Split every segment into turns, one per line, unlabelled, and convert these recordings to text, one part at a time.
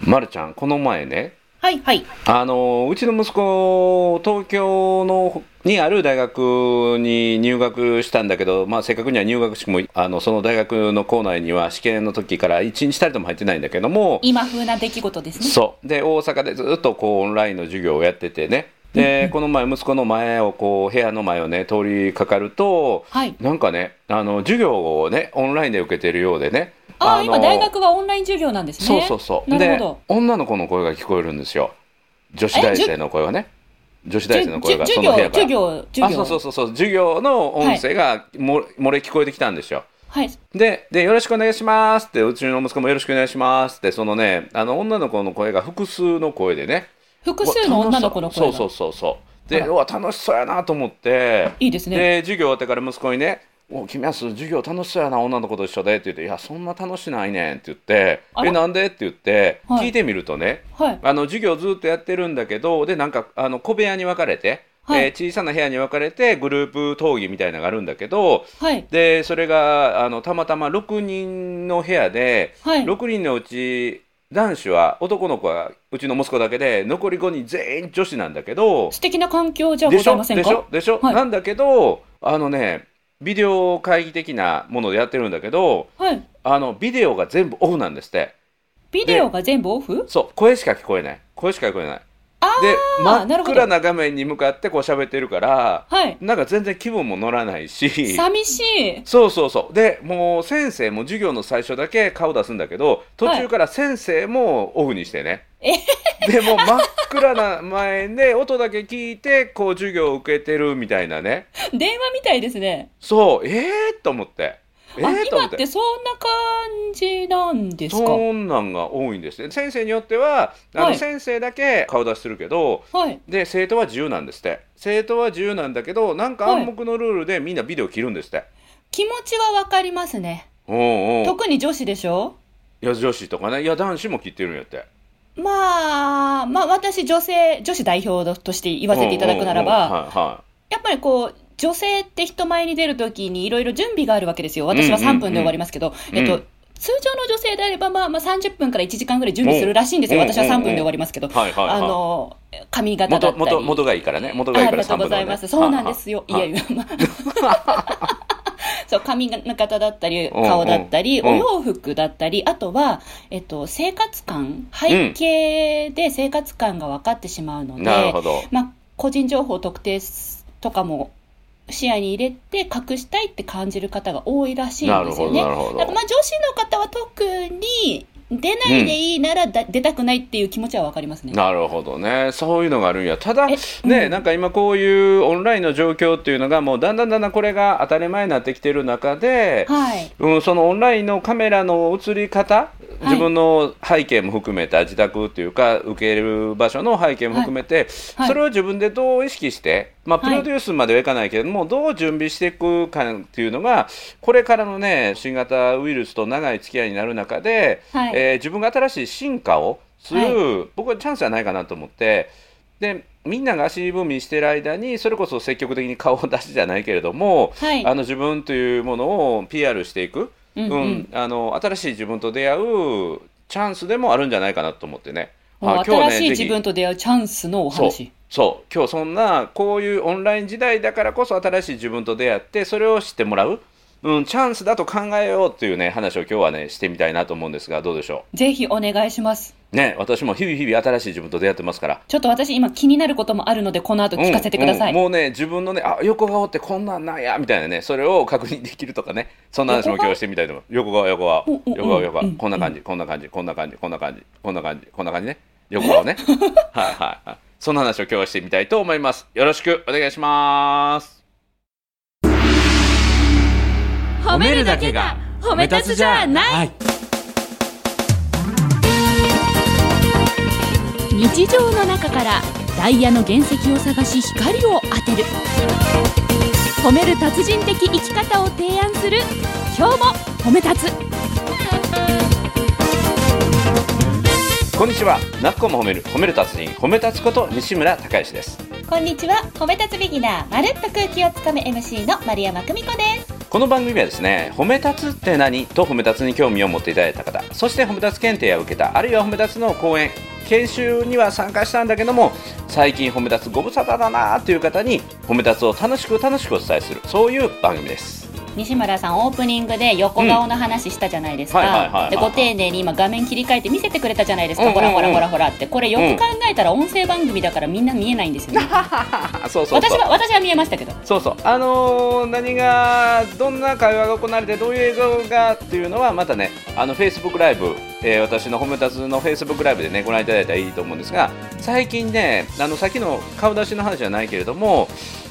ま、るちゃんこの前ね
はいはい。
あのうちの息子東京のにある大学に入学したんだけど、まあ、正確には入学式もあのその大学の校内には試験の時から一日たりとも入ってないんだけども
今風な出来事ですね。
そうで大阪でずっとこうオンラインの授業をやっててねでこの前息子の前をこう部屋の前をね通りかかると
はい。
なんかねあの授業をねオンラインで受けてるようでね
ああ、
の
今大学はオンライン授業なんですね。
そうそうそう、
なる
で
ほ
女の子の声が聞こえるんですよ女子大生の声はね女子
ど。
大生の声が
じゅ
そ
授
の部
業
屋か
授
ら
業授業。
あそうそうそうそう授業の音声がも、漏れ聞こえてきたんですよ
はい。
でで「よろしくお願いします」ってうちの息子も「よろしくお願いします」ってそのねあの女の子の声が複数の声でね
複数の女の子の
う
声が。
わそうそうそうそう
あ
で
ら
うわ楽しそうやなと思って
いいですね。
で授業終わってから息子にね「お君は授業楽しそうやな女の子と一緒で」って言って「いやそんな楽しないねん」って言って「
あら
えなんで?」って言って
はい
聞いてみるとね、
はい。
あの授業ずっとやってるんだけどでなんかあの小部屋に分かれて、
はい
えー小さな部屋に分かれてグループ討議みたいなのがあるんだけど
はい。
でそれがあのたまたま6人の部屋で
はい。
6人のうち男子は男の子はうちの息子だけで残り5人全員女子なんだけど。
素敵な環境じゃご
でし
ざい
ょ
ません
でしょ
か。
でしょ、
はい
なんだけどあのねビデオ会議的なものでやってるんだけど
はい。
あのビデオが全部オフなんですって
ビデオが全部オフ？
そう声しか聞こえない声しか聞こえない
ああ。
で
あーな
真
る
っ
ほど
暗な画面に向かってこう喋ってるから
はい。
なんか全然気分も乗らないし
寂しい。
そうそうそうでもう先生も授業の最初だけ顔出すんだけど途中から先生もオフにしてね、でもう真っ暗な前で音だけ聞いてこう授業を受けてるみたいなね
電話みたいですね。
そう、えー、と思って。え
あ、
ー、と
今
思
っ
ってて。
そんな感じなんですか。
そんなんが多いんですね。先生によっては、あの
はい
先生だけ顔出してるけど、
はい。
で、生徒は自由なんですって。生徒は自由なんだけど、なんか暗黙のルールでみんなビデオ切るんですって。
気持ちはわかりますね。
うんうん。
特に女子でしょ。
いや、女子とかね。いや、男子も切ってるんやって。
まあ、まあ私女性、女子代表として言わせていただくならば、
うんうんうんはいは
やっぱりこう、女性って人前に出るときにいろいろ準備があるわけですよ。私は
うんうんうん
3分で終わりますけど、
うん
えっと、通常の女性であれば、まあ、まあ30分から1時間ぐらい準備するらしいんですよ。
うん
私は3分で
うんうんうん
終わりますけど。
はいはいはい
あの、髪
い。
型だ
元、
ったり。
元、元がいいからね。元がいい
あ
から
り
3
がとうご
分の
ざ
ね
います。そうなんですよ。い
は
や
い
い
はい
や、まあ。 そう、髪型だったり、
んうん
顔だったり、
うん
お洋服だったり、あとは、えっと、生活感、背景で生活感が分かってしまうので、
なるほど。
まあ、個人情報特定とかも視野に入れて隠したいって感じる方が多いらしい
なんる
です
ほ
よ
ど、
ね。
な
だ
るほ
から
ど
ま。あ女子の方は特に出ないでいいならだ、出たくないっていう気持ちはわかりますね。
なるほどね、そういうのがあるんや、ただ、
え
ね、
うん
なんか今、こういうオンラインの状況っていうのが、もうだんだんだんだんこれが当たり前になってきてる中で、
はい。
うん、そのオンラインのカメラの映り方、自分の背景も含めた自宅というか、受ける場所の背景も含めて、
はい
それを自分でどう意識して、まあ、
は
プ
い
ロデュースまではいかないけれども、どう準備していくかっていうのが、これからのね、新型ウイルスと長い付き合いになる中で、
はい
えー自分が新しい進化をする、僕はチャンスじゃないかなと思って、でみんなが足踏みしてる間に、それこそ積極的に顔を出しじゃないけれども、
はい。
あの自分というものを PR していく、う
う
ん
んうん。
あの新しい自分と出会うチャンスでもあるんじゃないかなと思ってね。
もう
あ今日は
新
ね
しい
ぜ
自
ひ
分と出会うチャンスのお
そう
話。
そう今日そんなこういうオンライン時代だからこそ新しい自分と出会ってそれを知ってもらう、うん、チャンスだと考えようっていうね話を今日はねしてみたいなと思うんですがどうでしょ
ぜひお願いします。
うね私も日々日々新しい自分と出会ってますから。
ちょっと私今気になることもあるので、この後聞かせてください。
うんうんもうね自分のねあ横顔ってこんなんなんやみたいなねそれを確認できるとかねそんな話も今日してみたいと思う横顔横顔
うんうんうん
横顔横
う
顔
んうん
こんな感じこんな感じこんな感じこんな感じこんな感じこんな感じね横顔 ねはいはいはいそんな話を今日はしてみたいと思いますよろしくお願いします
褒
はい、
日常の中からダイヤの原石を探し光を当てる褒める達人的生き方を提案する今日も褒め立つ
こんにちはなっこも褒める褒める達人褒め立つこと西村孝之です
こんにちは褒め立つビギナーまるっと空気をつかむ MC の丸山久美子です
この番組はですね褒め立つって何と褒め立つに興味を持っていただいた方そして褒め立つ検定を受けたあるいは褒め立つの講演研修には参加したんだけども最近褒め立つご無沙汰だなという方に褒め立つを楽しく楽しくお伝えするそういう番組です
西村さんオープニングで横顔の話したじゃないです
うんはいはいはいは
か
い
でご丁寧に今画面切り替えて見せてくれたじゃないです
うん
か
うんう
ほ
ん
らほらほらほらってこれよく考えたら音声番組だからみんな見えないんですよね
あ そうそうそう
私は私は見えましたけど
そうそうあのー何がどんな会話が行われてどういう映像がっていうのはまたねあの Facebook ライブ、えー私の褒めたつの Facebook ライブでねご覧いただいたらいいと思うんですが最近ねあのさっきの顔出しの話じゃないけれども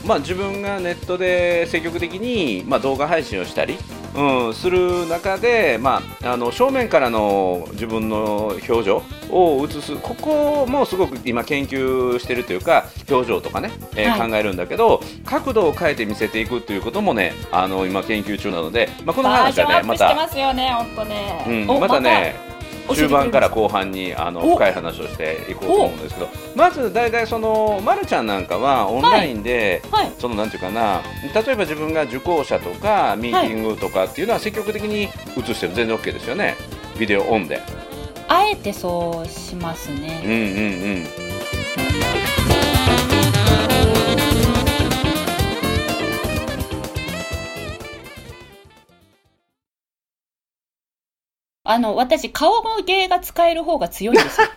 まあ自分がネットで積極的に、まあ、動画配信をしたり、うん、する中で、まあ、あの正面からの自分の表情を映すここもすごく今研究してるというか表情とかね、えー
はい
考えるんだけど角度を変えて見せていくということもねあの今研究中なので、まあ、この
バー
話
ジョンア
はね
ップ
ま
して
た、
ますよね本当
うん
ね、お
またね
教えてくれ
中
る
盤から後半にあの
お
深い話をしていこうと思うんですけどまず大体その、ま、るちゃんなんかはオンラインで、
はい
そのなんていうかな例えば自分が受講者とかミーティングとかっていうのは積極的に映しても全然 OK ですよねビデオオンで
あえてそうします
うん
ね
うんうん
あの私顔芸が使える方が強い んですよ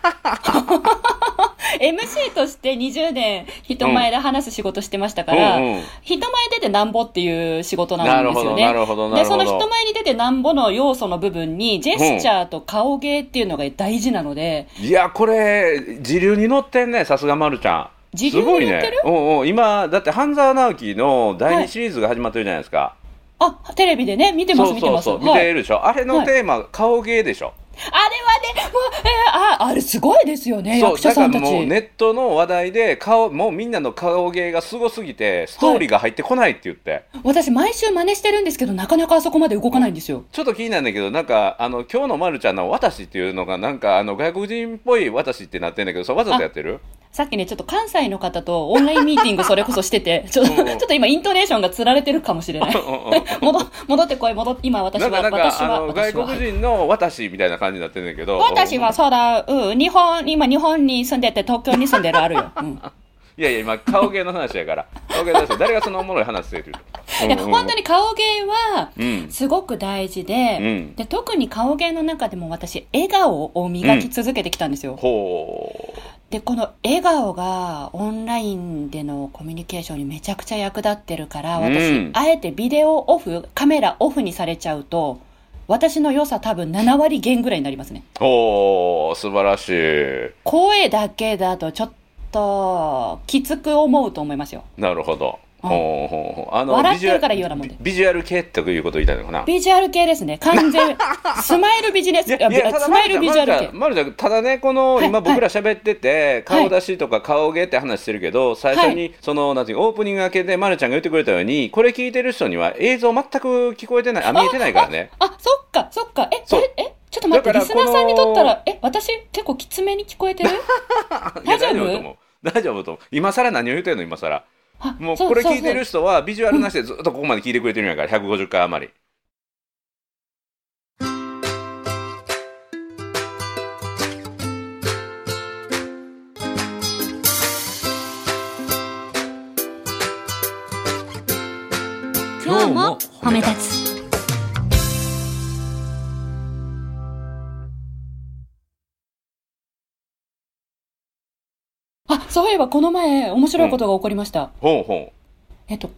MC として20年人前で話す仕事してましたから、
うんうん
人前出てなんぼっていう仕事な
なんる
で
ほ
すよ
ど
ね。
なるほどな
で、
るほ
そ
ど
の人前に出てなんぼの要素の部分に、ジェスチャーと顔芸っていうのが大事なので、
いやこれ時流に乗ってんねさすがまるちゃん
時流に乗ってる
すごいねうんうん今だって半沢直樹の第2シリーズが始まってるじゃないですか、
あ、テレビでね、見てます、
そう
見て
そ
ま
う
す。
そう見
はい
てるでしょ、あれのテーマ、顔芸でしょ
あれはね、もう、えーあ、あれすごいですよね、
そう
役
だ
者
か
さ
ら
んたち。
もうネットの話題で顔もうみんなの顔芸がすごすぎてストーリーが入ってこないって言って、
私、毎週真似してるんですけど、なかなかあそこまで動かないんですよ。
ちょっと気になるんだけどなんかあの今日のまるちゃんの「私」っていうのがなんかあの外国人っぽい「私」ってなってんだけどそれわざとやってる
さっきね、ちょっと関西の方とオンラインミーティングそれこそして て、ちょっと、
うん。
ちょっと今、イントネーションがつられてるかもしれない
うんうん
戻、戻ってこい、戻って、今、私
な
は、
んかなん
私
かあ
は、
の
私
外
は。
国人の「私」みたいな感じになってんだけど
私はそうだ、うん、日本、今日本に住んでて東京に住んでるあるよ。うん、
いやいや今顔芸の話やから顔芸の話 誰がそのおもろい話してる
いや、本当に顔芸は、
うん
すごく大事で、
うん
で、特に顔芸の中でも私、笑顔を磨き続けてきたんですよ。
ほう
で、この笑顔がオンラインでのコミュニケーションにめちゃくちゃ役立ってるから、私、
うん
あえてビデオオフ、カメラオフにされちゃうと、私の良さ多分7割減ぐらいになりますね。
ほう素晴らしい
声だけだとちょっと、きつく思うと思いますよ。
なるほど
うん
ほうほうほうあ
笑
ビ
っ
ジュア
てる
ル
から言うようなもんで。
ビジュアル系っていうことを言いたいのかな
ビジュアル系ですね。完全、スマイルビジネス、
いやいや
あスマイルビジュアル系。
まるちゃんただねこの、
はい
今僕ら喋ってて
はい
顔出しとか顔芸って話してるけど最初に、そのなんていうオープニング明けでまるちゃんが言ってくれたようにこれ聞いてる人には映像全く聞こえてないあ見えてないからね
あ、そっか、そっか。え、
そう
え、え、ちょっと待って、
だ
リ
からこ
ス
の
ナーさんにとったら、え、私結構きつめに聞こえて る
いや
大丈夫
だと思う大丈夫だと思う今更何を言うてんの今更
あ
もう
そう
これ
そう
聞いてる
そう
人はビジュアルなしでずっとここまで聞いてくれてるんやから150回余り
今日も褒め立つ
あ、そういえばこの前、面白いことが起こりました。
ほうほ
えっと、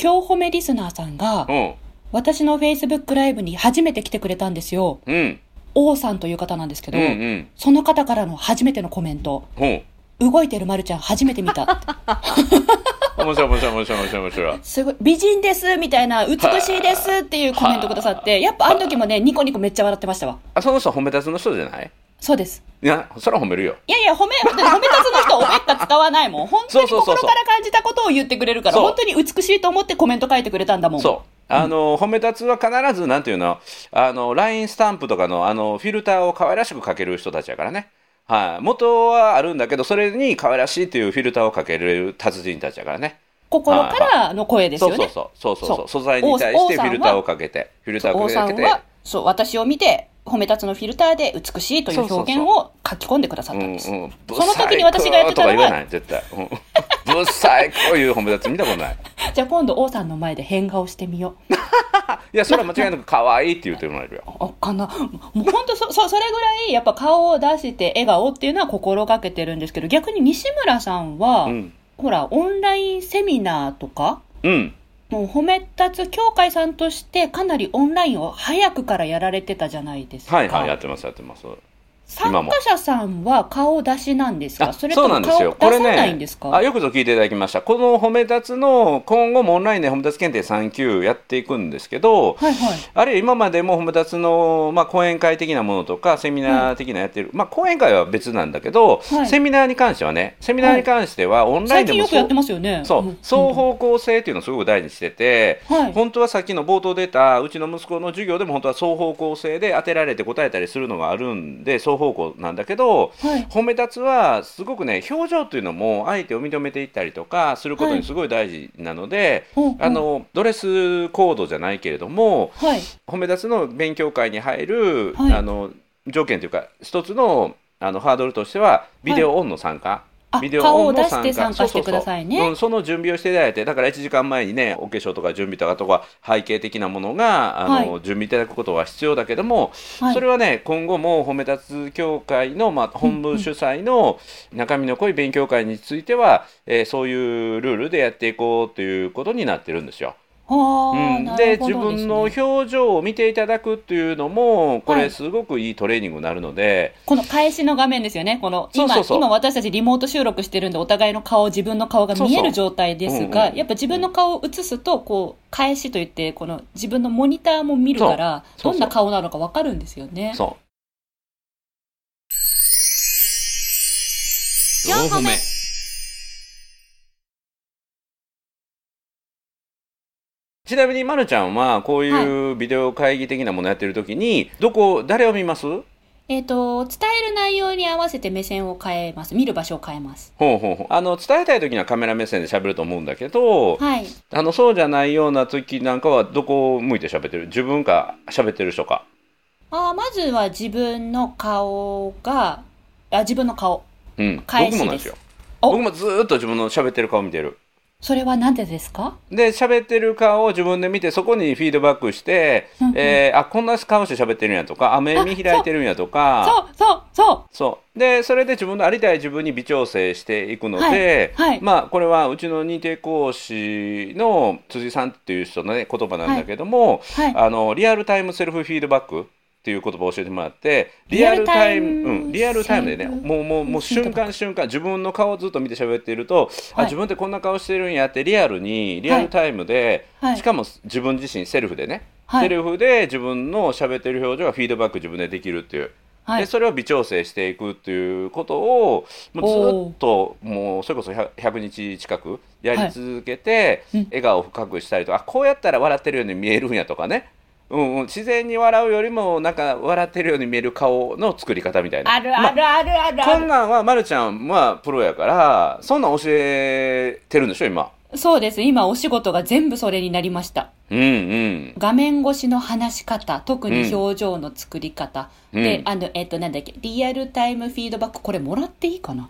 今日褒めリスナーさんが
う、うん
私の Facebook ライブに初めて来てくれたんですよ。
うん
王さんという方なんですけ
う
ど、
んうん
その方からの初めてのコメント。
ほう
動いてるまるちゃん初めて見た って。
面白い面白い面白い面白い面白い
すごい、美人ですみたいな、美しいですっていうコメントくださって、やっぱあの時もね、ニコニコめっちゃ笑ってましたわ。
あその人褒めたつの人じゃない
そうです。
いやそら褒めるよ
いやいや、褒め、 褒め褒め立つの人、おめっか使わないもん。本当に
そうそうそう
心
そう
から感じたことを言ってくれるから、
そう
本当に美しいと思ってコメント書いてくれたんだもん。
そう。あの、褒め立つは必ず、なんていうの、あの、ラインスタンプとかの、あの、フィルターを可愛らしくかける人たちやからね。はい。元はあるんだけど、それに可愛らしいというフィルターをかける達人たちやからね。
心からの声ですよね。
そうそうそうそうそうそう
そ
素材に対してフィルターをかけてフィルター
王
を
さ
かけ
ん
て
は、そう、私を見て、褒め立つのフィルターで美しいという表現を書き込んでくださっ
うん
た
うん
です。
ん、
その時に私がやってたのは
ブサイクとか言わない絶対、うん、ブサイクいう褒め立つ見たことない
じゃあ今度王さんの前で変顔してみよう。
いやそれは間違いなく可愛いって言ってもらえるよ
あかな。もう本当そ、そ、それぐらいやっぱ顔を出して笑顔っていうのは心がけてるんですけど、逆に西村さんは、
うん
ほら、オンラインセミナーとか、
うん
もう褒め立つ協会さんとしてかなりオンラインを早くからやられてたじゃないですか。
はいはいやってますやってます
参
今も
加者さんは顔出しなんですか
あ
それ
そう
と
な
も
んです
顔
よ
出
これ
さないん
ね
ですか
あよくぞ聞いていただきましたこの褒め立つの今後もオンラインで褒め立つ検定3級やっていくんですけど、
はいはい。
あるいは今までも褒め立つの、まあ、講演会的なものとかセミナー的なやってる、まあ、講演会は別なんだけど、
はい
セミナーに関してはねセミナーに関してはオンライ
最
ンで
近
も
よくやって
そう
ますよね。
そ
ん
う双。方向性っていうのをすごく大事にしてて、
はい
本当はさっきの冒頭出たうちの息子の授業でも本当は双方向性で当てられて答えたりするのがあるんで双方向なんだけど、
はい。
褒め立つはすごくね表情というのも相手を認めていったりとかすること
は
に
い
すごい大事なので、
うんうん
あのドレスコードじゃないけれども
はい。
褒め立つの勉強会に入る、
はい
あの条件というか一つのあのハードルとしてはビデオオンの参加。
あ
ビデオオンの
顔を出して参加してくださいね
そうそうそううんその準備をしていただいてだから1時間前にねお化粧とか準備とかとか背景的なものがあの、
は
準備いただくことは必要だけども、
はい
それはね今後も褒め立つ協会の、まあ、本部主催の中身の濃い勉強会については、えーそういうルールでやっていこうということになってるんですよ。
ああ、
うん
な
で
る
自
ほどです、
分
ね。
の表情を見ていただくっていうのもこ
は
れ
い
すごくいいトレーニングになるので、
この返しの画面ですよね。この、
そう
今、
そうそう
今私たちリモート収録してるんで、お互いの顔、自分の顔が見える状態で
そう
すが、
そううんうん
やっぱ自分の顔を映すと、こう、返しといって、この自分のモニターも見るから、
そうそうそう
どんな顔なのかわかるんですよね。
そう
4個目
ちなみに、ま、るちゃんはこういうビデオ会議的なものやってる時にどこ誰を見ますほう
えっ、と、伝える内容に合わせて目線を変えます。見る場所を変えます。
ほうほうあの伝えたい時にはカメラ目線で喋ると思うんだけど、
はい。
あのそうじゃないような時なんかはどこを向いて喋ってる自分か喋ってる人か
あーまずは自分の顔が、あ、自分の顔。
うん
返し
僕もなんですよ
でお
僕もずーっと自分の喋ってる顔見てる
それはなんでですか
で喋ってる顔を自分で見てそこにフィードバックして、
うんうん
えーあこんな顔して喋ってるんやとかあ目見開いてるんやとか
そうそうそう
そうでそれで自分のありたい自分に微調整していくので、
はいはい
まあ、これはうちの認定講師の辻さんっていう人の、ね、言葉なんだけども、
はい
あのリアルタイムセルフフィードバックっていう言葉を教えてもらってリアルタイムうん、リアルタイムでね
セルフ
もうもうもう
フィード
瞬
バ
間瞬間自分の顔をずっと見て喋っていると、
は
あ
い
自分ってこんな顔してるんやってリアルにリアルタイムで、
はいはい
しかも自分自身セルフでね、
はい
セルフで自分の喋ってる表情がフィードバック自分でできるっていう。
は
で
い。
それを微調整していくっていうことをもうずっともうそれこそ 100, 100日近くやり続けて、
はいうん
笑顔を深くしたりとかあこうやったら笑ってるように見えるんやとかね、うんうん、自然に笑うよりもなんか笑ってるように見える顔の作り方みたいな。
あるあるあるあるあ
こ
る
んなんはまるちゃんはプロやからそんなん教えてるんでしょ今。
そうです。今お仕事が全部それになりました。
うん うん。
画面越しの話し方、特に
うん
表情の作り方。
うん
で、あの、えっ、と、なんだっけ、リアルタイムフィードバック、これもらっていいかな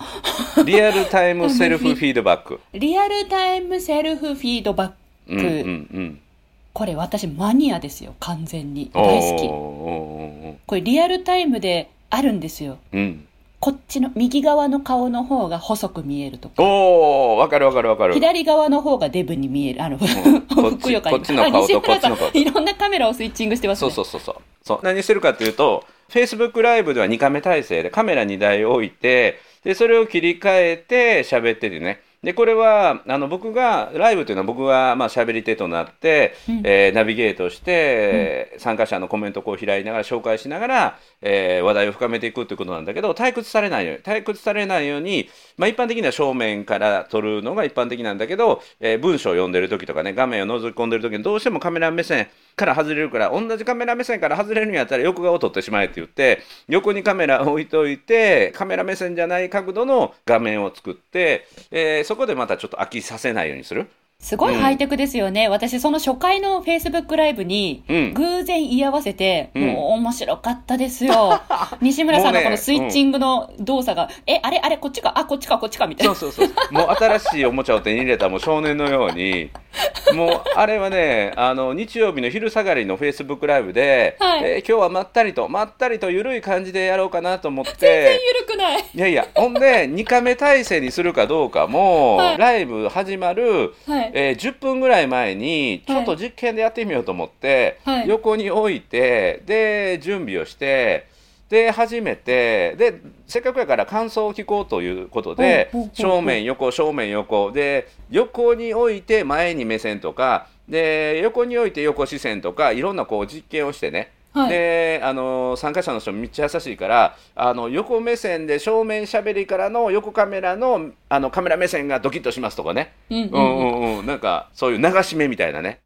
リアルタイムセルフフィードバッ ク。
リアルタイムセルフフィードバッ
うん
ク。
うんうん。
これ私マニアですよ、完全に。
おー
大好き。
おーおーお
これリアルタイムであるんですよ。
ーうん。
こっちの右側の顔の方が細く見えるとか、
おお、わかるわかるわかる。
左側の方がデブに見える。あの、
こっち
ふくよかに
こっちの顔と
あ西村さ
こ
ん
っちの顔
いろんなカメラをスイッチングしてます
そう
ね。
そうそうそうそう何してるかというと Facebook ライブでは2カメ体制でカメラ2台置いてでそれを切り替えて喋っててねでこれはあの僕がライブというのは僕がまあ喋り手となって、
うん
えーナビゲートして、参加者のコメントをこう開いながら紹介しながら、えー話題を深めていくということなんだけど退屈されないように退屈されないように、まあ、一般的には正面から撮るのが一般的なんだけど、えー文章を読んでる時とかね画面を覗き込んでる時にどうしてもカメラ目線から外れるから同じカメラ目線から外れるんやったら横顔を撮ってしまえって言って横にカメラを置いといてカメラ目線じゃない角度の画面を作って、えーそこでまたちょっと飽きさせないようにする。
すごいハイテクですよね。私、その初回の Facebook ライブに
うん、
偶然居合わせて、
うん
もう面白かったで すよ。西村さんのこのスイッチングの動作が、え、あれあれ、こっちか、あ、こっちか、こっちか、みたい
そう。
な
そうそう。 もう新しいおもちゃを手に入れたもう少年のように、もうあれはね、あの日曜日の昼下がりのフェイスブックライブで、
はい
えー今日はまったりとまったりとゆるい感じでやろうかなと思っ
全然
て。
緩くない。
いやいや、ほんで、2カメ体制にするかどうかも、
はい
ライブ始まる、
はい。
えー10分ぐらい前に、ち
はい
ょっと実験でやってみようと思って、
はい
横に置いて、で、準備をして、で、始めて、で、せっかくやから感想を聞こうということで
ほうほうほうほ、う
正面、横、正面、横、で、横に置いて前に目線とか、で、横に置いて横視線とか、いろんなこう実験をしてね、
はい。
であの参加者の人めっちゃ優しいからあの横目線で正面しゃべりからの横カメラのあのカメラ目線がドキッとしますとかね、
うんうん
う
うん
んうんうん、なんかそういう流し目みたいなね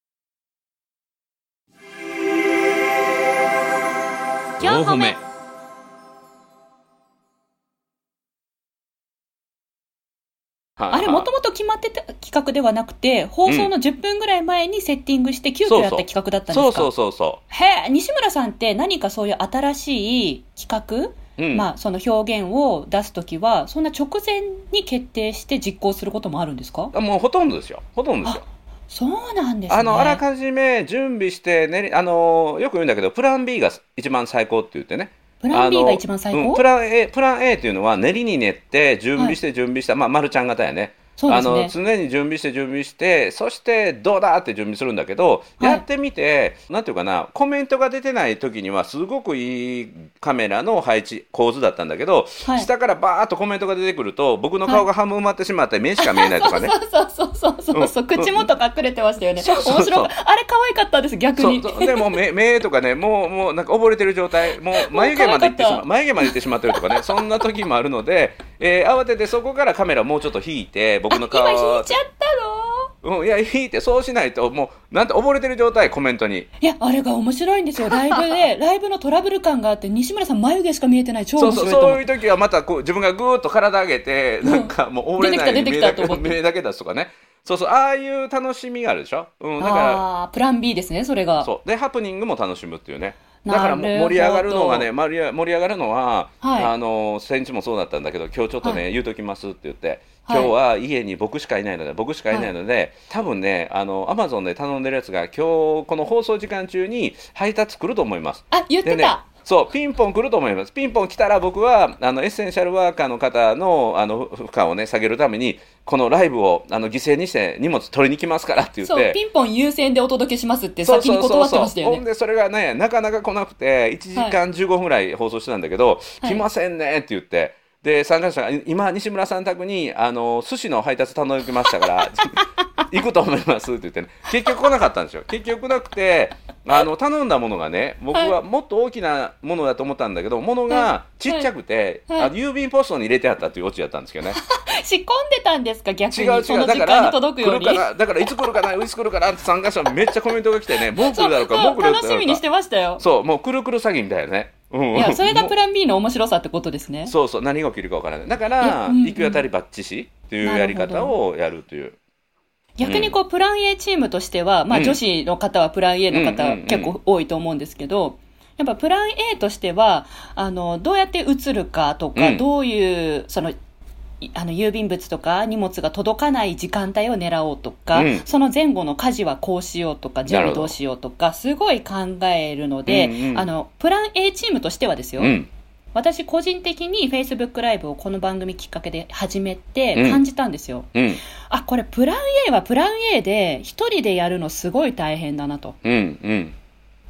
4歩目
はい
あれ、もともと決まってた企画ではなくて、放送の10分ぐらい前にセッティングして、急
そうそ
遽
う
やった企画だったんですか
そうそうそうそ
へえ、西村さんって何かそういう新しい企
う、う
画、
ん
まあ、その表現を出すときは、そんな直前に決定して実行することもあるんですか
あ、もうほとんどですよほとんどですよ
そうなんですね。
あのあらかじめ準備して、ね、あのよく言うんだけどプラン B が一番最高って言ってね
プラン B
あの
が一番最
うん
高
プラン A プラン A っていうのは練りに練って準備して準備した、まあ丸ちゃん型やね
そう
あ
です
の
ね。
常に準備して準備してそしてどうだって準備するんだけど、
はい
やってみてなんていうかなコメントが出てない時にはすごくいいカメラの配置構図だったんだけど、
はい
下からバーッとコメントが出てくると僕の顔が半分埋まってしまって目しか見えないと かね。
そうそうそうそうそう、
うん
口元隠れてましたよね。
そうそうそう
面白かあれ可愛かったです、逆
そう
に。
そうでもう目目とかねもうもうなんか溺れてる状態もう眉毛まで行ってし
もう可愛かっ
ま
た
眉毛まで行ってしまってるとかねそんな時もあるので、えー慌ててそこからカメラをもうちょっと引いて僕の顔
今引
を
いちゃったの
うん、いや引いてそうしないともうなんて溺れてる状態コメントに
いや、あれが面白いんですよ。ライブで、ライブのトラブル感があって、西村さん眉毛しか見えてない、超
そ
面
うそう
白いと思
そうういう時はまたこう自分がぐーっと体上げて、
うん
なんかもう溺れないように
出て
目
きた
だ
出てきたと
け
思って
目だけ出すとかねそうそうああいう楽しみがあるでしょ、うん、だか
ああー、プラン B ですね、それ
ら
が。
そうでハプニングも楽しむっていうねだからも
なるほど
盛り上がるのがね盛り上盛り上がるのは、
はい
あの先日もそうだったんだけど今日ちょっとね、
は
言うときますって言って
は
今
い
日は家に僕しかいないので僕しかいないので、多分ねあのアマゾンで頼んでるやつが今日この放送時間中に配達来ると思います。
あ、言って
で
た。
ね、そうピンポン来ると思います。ピンポン来たら僕はあのエッセンシャルワーカーの方のあの負負荷をね下げるためにこのライブをあの犠牲にして荷物取りに来ますからって言っ
そう、
て。
ピンポン優先でお届けしますって先に断ってましたよ
ほん
ね。
でそれがねなかなか来なくて1時間15分ぐらい放送してたんだけど、
はい
来ませんねって言ってで参加者がい今西村さん宅にあの寿司の配達頼みましたから 行くと思いますって言ってね結局来なかったんですよ結局なくてあの頼んだものがね僕はもっと大きなものだと思ったんだけど、ものがちっちゃくて、
はいはい
あの郵便ポストに入れてあったっていうオチだったんですけどね
仕込んでたんですか、逆
違
に。
う
そ
違
の
うだ
時
か
間
ら
に
来
届くよ
る
うに
か。なだからいつ来るかないつ来るかなって参加者めっちゃコメントが来て ねもう来
そ
るだろ
う、
うからも
そう
来
う
るだろ
楽
う
しみ
か
に
ら
してましたよ。
そうもうくるくる詐欺みたいなね、うん、
いや、それが
もう
プラン B の面白さってことですね。
そうそう何が起きるかわからないだか
いや
ら、
うんうん
行き渡りバッチしっていうやり方をやるという
逆にこう、プラン A チームとしては、まあ
うん
女子の方はプラン A の
うんう
方
んうん
結構多いと思うんですけど、やっぱプラン A としては、あの、どうやって移るかと
う
か、
ん
どういう、その、いあの郵便物とか荷物が届かない時間帯を狙おうとか、
うん
その前後の家事はこうしようとか準
なる
備
ほど
どうしようとかすごい考えるので、
うんうん
あのプラン A チームとしてはですよ、
うん
私個人的に Facebook ライブをこの番組きっかけで始め
う
て
ん
感じたんですよ、
うん
あ、これプラン A はプラン A で、一人でやるのすごい大変だなと。
うんうん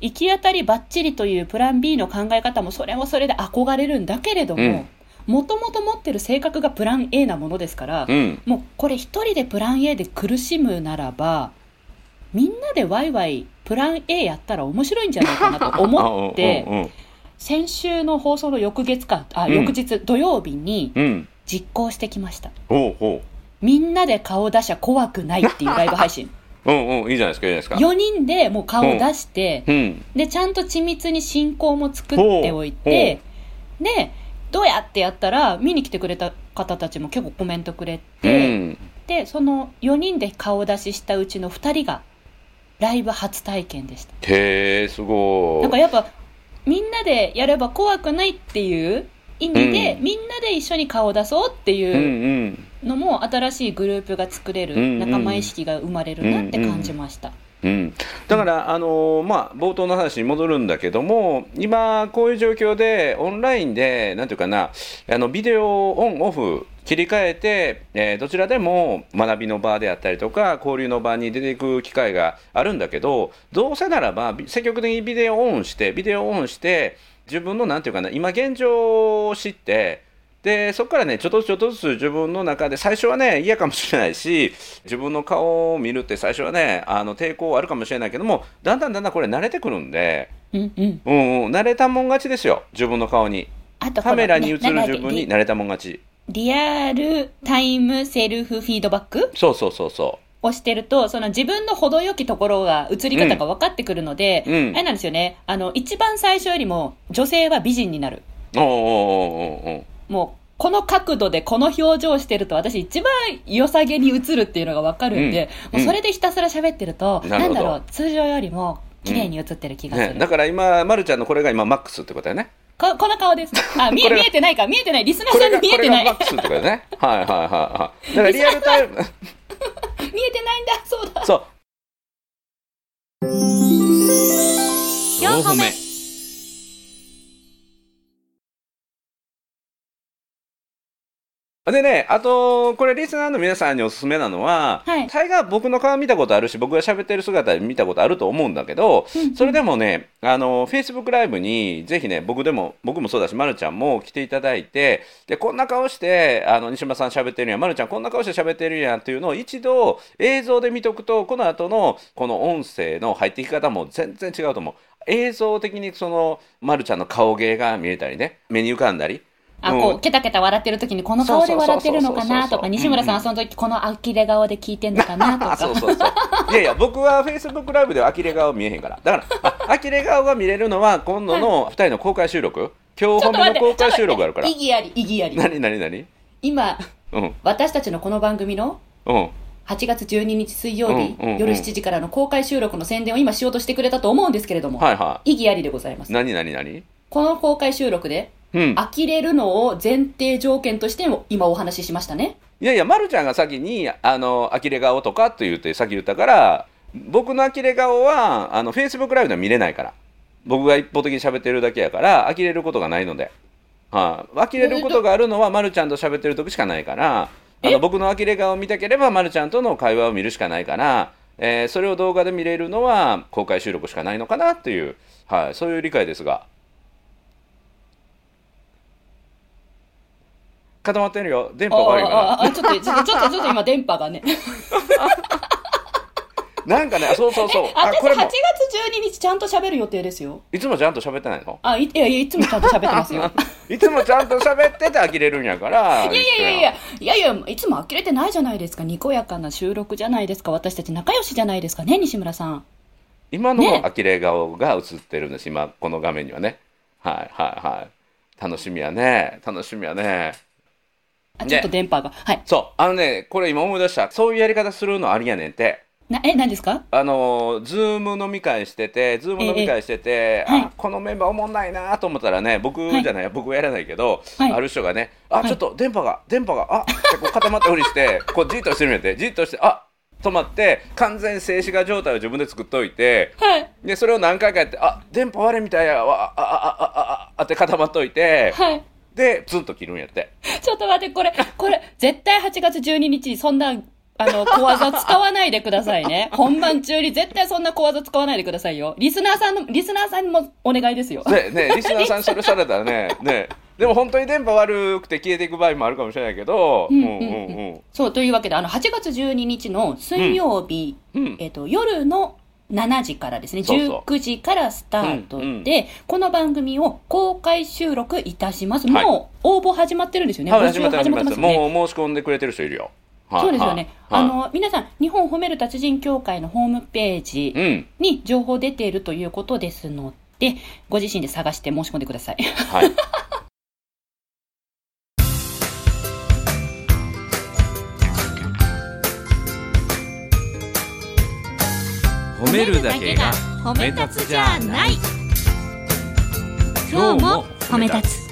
行き当たりばっちりというプラン B の考え方もそれもそれで憧れるんだけれども、もともと持ってる性格がプラン A なものですから、
うん
もうこれ一人でプラン A で苦しむならば、みんなでワイワイプラン A やったら面白いんじゃないかな と思って、
あうん
先週の放送の翌月か、あ、
うん
翌日土曜日に
うんうん
実行してきました。
ほうほ
みんなで顔出しゃ怖くないっていうライブ配信。
ううんうんいいじゃないですかいいじゃないですか
4人でもう顔を出して、
うん
でちゃんと緻密に進行も作っておいてでどうやってやったら、見に来てくれた方たちも結構コメントくれ
う
て、
ん、
で、その4人で顔出ししたうちの2人が、ライブ初体験でした。
へえすご
なんか
い
やっぱ、みんなでやれば怖くないっていう意味で、
う
みんなで一緒に顔出そうって
うん
いう
うん
のも、新しいグループが作れ
うんうん
る、仲間意識が生まれるなって感じました。
うん、だから、あのーまあ、冒頭の話に戻るんだけども今こういう状況でオンラインでなんていうかなあのビデオをオンオフ切り替えて、えーどちらでも学びの場であったりとか交流の場に出ていく機会があるんだけどどうせならばび積極的にビデオオンしてビデオオンして自分のなんていうかな今現状を知ってでそこからねちょっとずつちょっとずつ自分の中で最初はね嫌かもしれないし自分の顔を見るって最初はねあの抵抗はあるかもしれないけどもだんだんだんだんこれ慣れてくるんで、
うんうん。
うんうん、慣れたもん勝ちですよ自分の顔に
あとこの
カメラに映る
ねなんだっけ
自分に慣れたもん勝ち
リアルタイムセルフフィードバック
そうそうそうそ
をしてると、その自分の程よきところが、映り方が分かってくるので、
うんうん
あれなんですよね。あの、一番最初よりも、女性は美人になる。
うおうおうおうおうおう
もう、この角度でこの表情してると、私一番良さげに映るっていうのが分かるんで、
うん
もうそれでひたすら喋ってると、
なるほど
なんだろう、通常よりも、綺麗に映ってる気がする。
ね、だから今、ま、るちゃんのこれが今マックスってことだよね
ここの顔です。あ、見
これ
え、
が
見えてないか、見えてない。リスナー
こ
さ
れ
んに
がこ
見え
れ
て
が
な
マ
い
ッ。クスってことだよねはいはいはいはいだからリアルタイム
見えてないんだ、そうだ。
そう
4歩目
でね、あと、これ、リスナーの皆さんにおすすめなのは、
はい
大概僕の顔見たことあるし、僕が喋ってる姿見たことあると思うんだけど、それでもね、あの、Facebook ライブに、ぜひね、僕でも、僕もそうだし、まるちゃんも来ていただいて、で、こんな顔して、あの、西村さん喋ってるやん、まるちゃんこんな顔して喋ってるやんっていうのを一度映像で見とくと、この後の、この音声の入っていき方も全然違うと思う。映像的にその、まるちゃんの顔芸が見えたりね、目に浮かんだり。
あ、
うん
こう、ケタケタ笑ってる時にこの顔で笑ってるの
そ
かな
うそうそうそう
とか、西村さんはその時この呆れ顔で聞いてんのかなと
あ そう
か。
そうそういやいや僕は Facebook ライブでは呆れ顔見えへんからだからあ呆れ顔が見れるのは今度の2人の公開収録今日
ちょ
本
っと
日
待
の
って、
公開
ちょ
収
っと
録ある
待っ
から
て意義あり、意義あり。
何何何
今、
うん
私たちのこの番組の
うん
8月12日水曜日、
うんうんうん
夜7時からの公開収録の宣伝を今しようとしてくれたと思うんですけれども、
はいは
意義ありでございま
い
す。
何何何
この公開収録で、
うん
呆れるのを前提条件としても今お話ししましたね。
いやいや、ま、るちゃんが先にあの呆れ顔とかって言って先言ったから僕の呆れ顔はあの Facebook ライブでは見れないから僕が一方的に喋ってるだけやから呆れることがないので、はい呆れることがあるのは、ま、るちゃんと喋ってる時しかないからあの僕の呆れ顔を見たければ、ま、るちゃんとの会話を見るしかないから、えーそれを動画で見れるのは公開収録しかないのかなっていう、はい、そういう理解ですが固まってるよ電波悪いかな
ああああちょっと、ちょっと、ちょっとちょっと今電波がね。
なんかね、そうそうそう。 あ、
私
これ
8月
も
12、日ちゃんと喋る予定ですよ。
いつもちゃんと喋ってないの
あ、いいやいや、いつもちゃんと喋ってます よ。
いつもちゃんと喋ってて呆れるんやから。
いやいやいやいや、いやいや、いつも呆れてないじゃないですか。にこやかな収録じゃないですか。私たち仲良しじゃないですかね、西村さん。
今の
ね
呆れ顔が映ってるんです、今、この画面にはね。はいはいはい。楽しみやね。楽しみやね。
あ、
ね
ちょっと電波が。はい。
そう、あのね、これ今思い出した。そういうやり方するのありやねんって。
な、え、何ですか
あのー、ズーム飲み会してて、ズーム飲み会してて、あ
はい
このメンバーおもんないなと思ったらね、僕じゃない、僕はやらないけど、
はい
ある人がね、あ、
い
ちょっと電波が、電波が、あってこう固まったふり して、こうじっとしてみるんやって、じっとして、あ止まって、完全静止画状態を自分で作っといて、
はい。
で、それを何回かやって、あ電波悪いみたいやわ、あ、あ、あ、あ、あ、あって固まっといて、
はい。
で、ツンと切るんやって。
ちょっと待って、これ、これ、絶対8月12日、そんな、あの、小技使わないでください ね。本番中に絶対そんな小技使わないでくださいよ。リスナーさんの、リスナーさんにもお願いですよ。
ねねリスナーさんそれされたらね、ねでも本当に電波悪くて消えていく場合もあるかもしれないけど、
うんうんうん
うんうんうん。
そう、というわけで、あの、8月12日の水曜日、
うん
えっと、夜の7時からですね、
そうそう
19時からスタートで、
うんうん
この番組を公開収録いたします。
はい
もう、応募始まってるんですよね。
はい、
募
始
集
まった始まっ
ま
た。
すよね。
もう申し込んでくれてる人いるよ。はい
そうですよね。
はい
あの、皆さん、日本褒める達人協会のホームページ
うん、
に情報出ているということですので、ご自身で探して申し込んでください。
はい。褒めるだけが
褒
め立つじゃない
今日も褒め立つ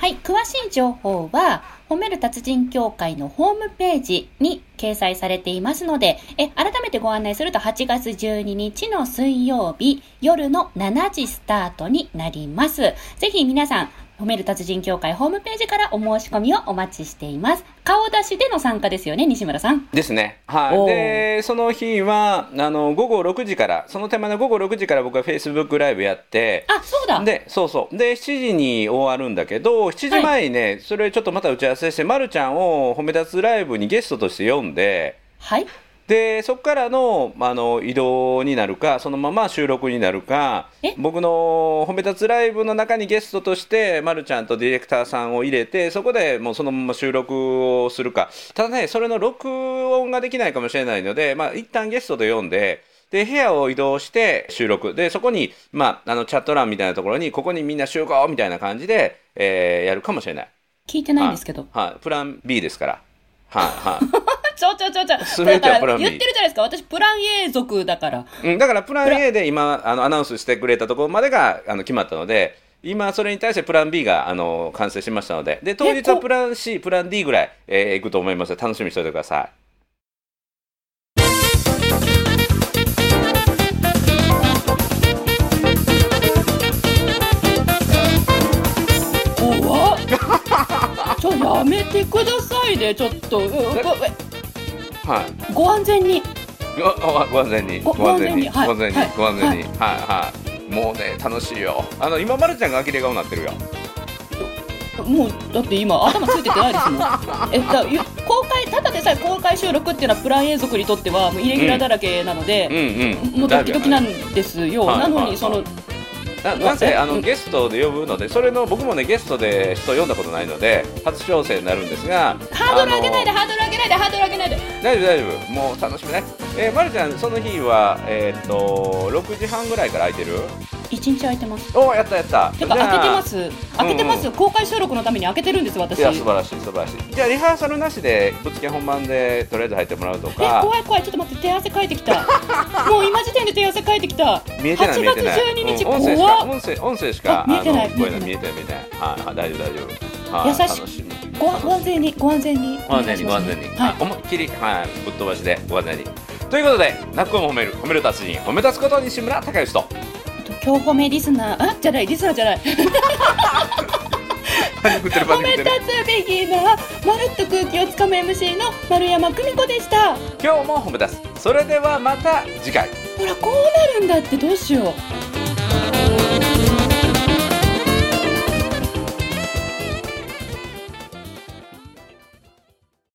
はい、詳しい情報は、褒める達人協会のホームページに掲載されていますので、え、改めてご案内すると8月12日の水曜日夜の7時スタートになります。ぜひ皆さん、褒める達人協会ホームページからお申し込みをお待ちしています。顔出しでの参加ですよね、西村さん。
ですね。は
お
い。
ー
で、その日は、あの、午後6時から、その手前の午後6時から僕は Facebook ライブやって、
あ、そうだ。
で、そうそう。で、7時に終わるんだけど、7時前にね、それちょっとまた打ち合わせして、まるちゃんを褒め立つライブにゲストとして呼んで、
はい。
で、そこからのあの移動になるか、そのまま収録になるか
え、
僕の褒め立つライブの中にゲストとして、まるちゃんとディレクターさんを入れて、そこでもうそのまま収録をするか、ただね、それの録音ができないかもしれないので、まあ、一旦ゲストと呼んで、で、部屋を移動して収録。で、そこに、まあ、あの、チャット欄みたいなところに、ここにみんな集合みたいな感じで、えーやるかもしれない。
聞いてないんですけど。
はい、プラン B ですから。はい、はい。
ちょちょちょちょ。
全てはプラン B
だから言ってるじゃないですか。私、プラン A 族だから。
うん、だからプラン A で今あのアナウンスしてくれたところまでがあの決まったので今それに対してプラン B があの完成しましたのでで当日はプラン C プラン D ぐらい、えー、いくと思いますので楽しみにしておいてください。
怖っちょやめてくださいねちょっとうう
はい、
ごご安全に
ごごご安全に
ご
ご安全に
ご
ご
安
安全
全に
に
はい
ご安全にはいはいもうね楽しいよあの今まるちゃんが呆れ顔になってるよ
もうだって今頭ついててないですもん えだゆ公開ただでさえ公開収録っていうのはプラン永続にとってはもうイレギュラーだらけなの
うん
で、
うん
もうドキドキな
だいぶやね
んですよ、
はい
なの
は
に
い
その、
ななんせあ
う
の
ん
ゲストで呼ぶのでそれの僕もねゲストで人呼んだことないので初挑戦になるんですが
ハードル上げないで
あの
ハードル上げないでハードル上げないで
大丈夫大丈夫もう楽しみねえー、まるちゃんその日はえーっと6時半ぐらいから空いてる
一日空いてます
おおやったやった
てか
じゃあ
開けてます開けてます、
う
公開収録のために開けてるんです私
いや素晴らしい素晴らしいじゃあリハーサルなしでぶっつけ本番でとりあえず入ってもらうと
え
か
怖い怖いちょっと待って手汗かいて きたもう今時点で手汗かいてきた
見えてない
8
見えてない
月12日
うん音声し
怖
か
っ
音声音声しか
あ見えてない
あのこういうの
見
見
え
えてない見えてないはいはい大丈夫大丈夫はい
優しく
楽しみ
ごご安全にご安全に
ご安全にご安全に、
はい
思いっきり、はい、ぶっ飛ばしでご安全にということで泣く子も褒める褒める達人褒め立つこと西村孝之と
えっと今日褒めリスナーあじゃないリスナーじゃない
パニックってるパ
褒
ニックって
め立
る
つビギナーまるっと空気をつかむ MC の丸山久美子でしたほ
今日も褒め立つそれではまた次回
らこうなるんだってどうしよう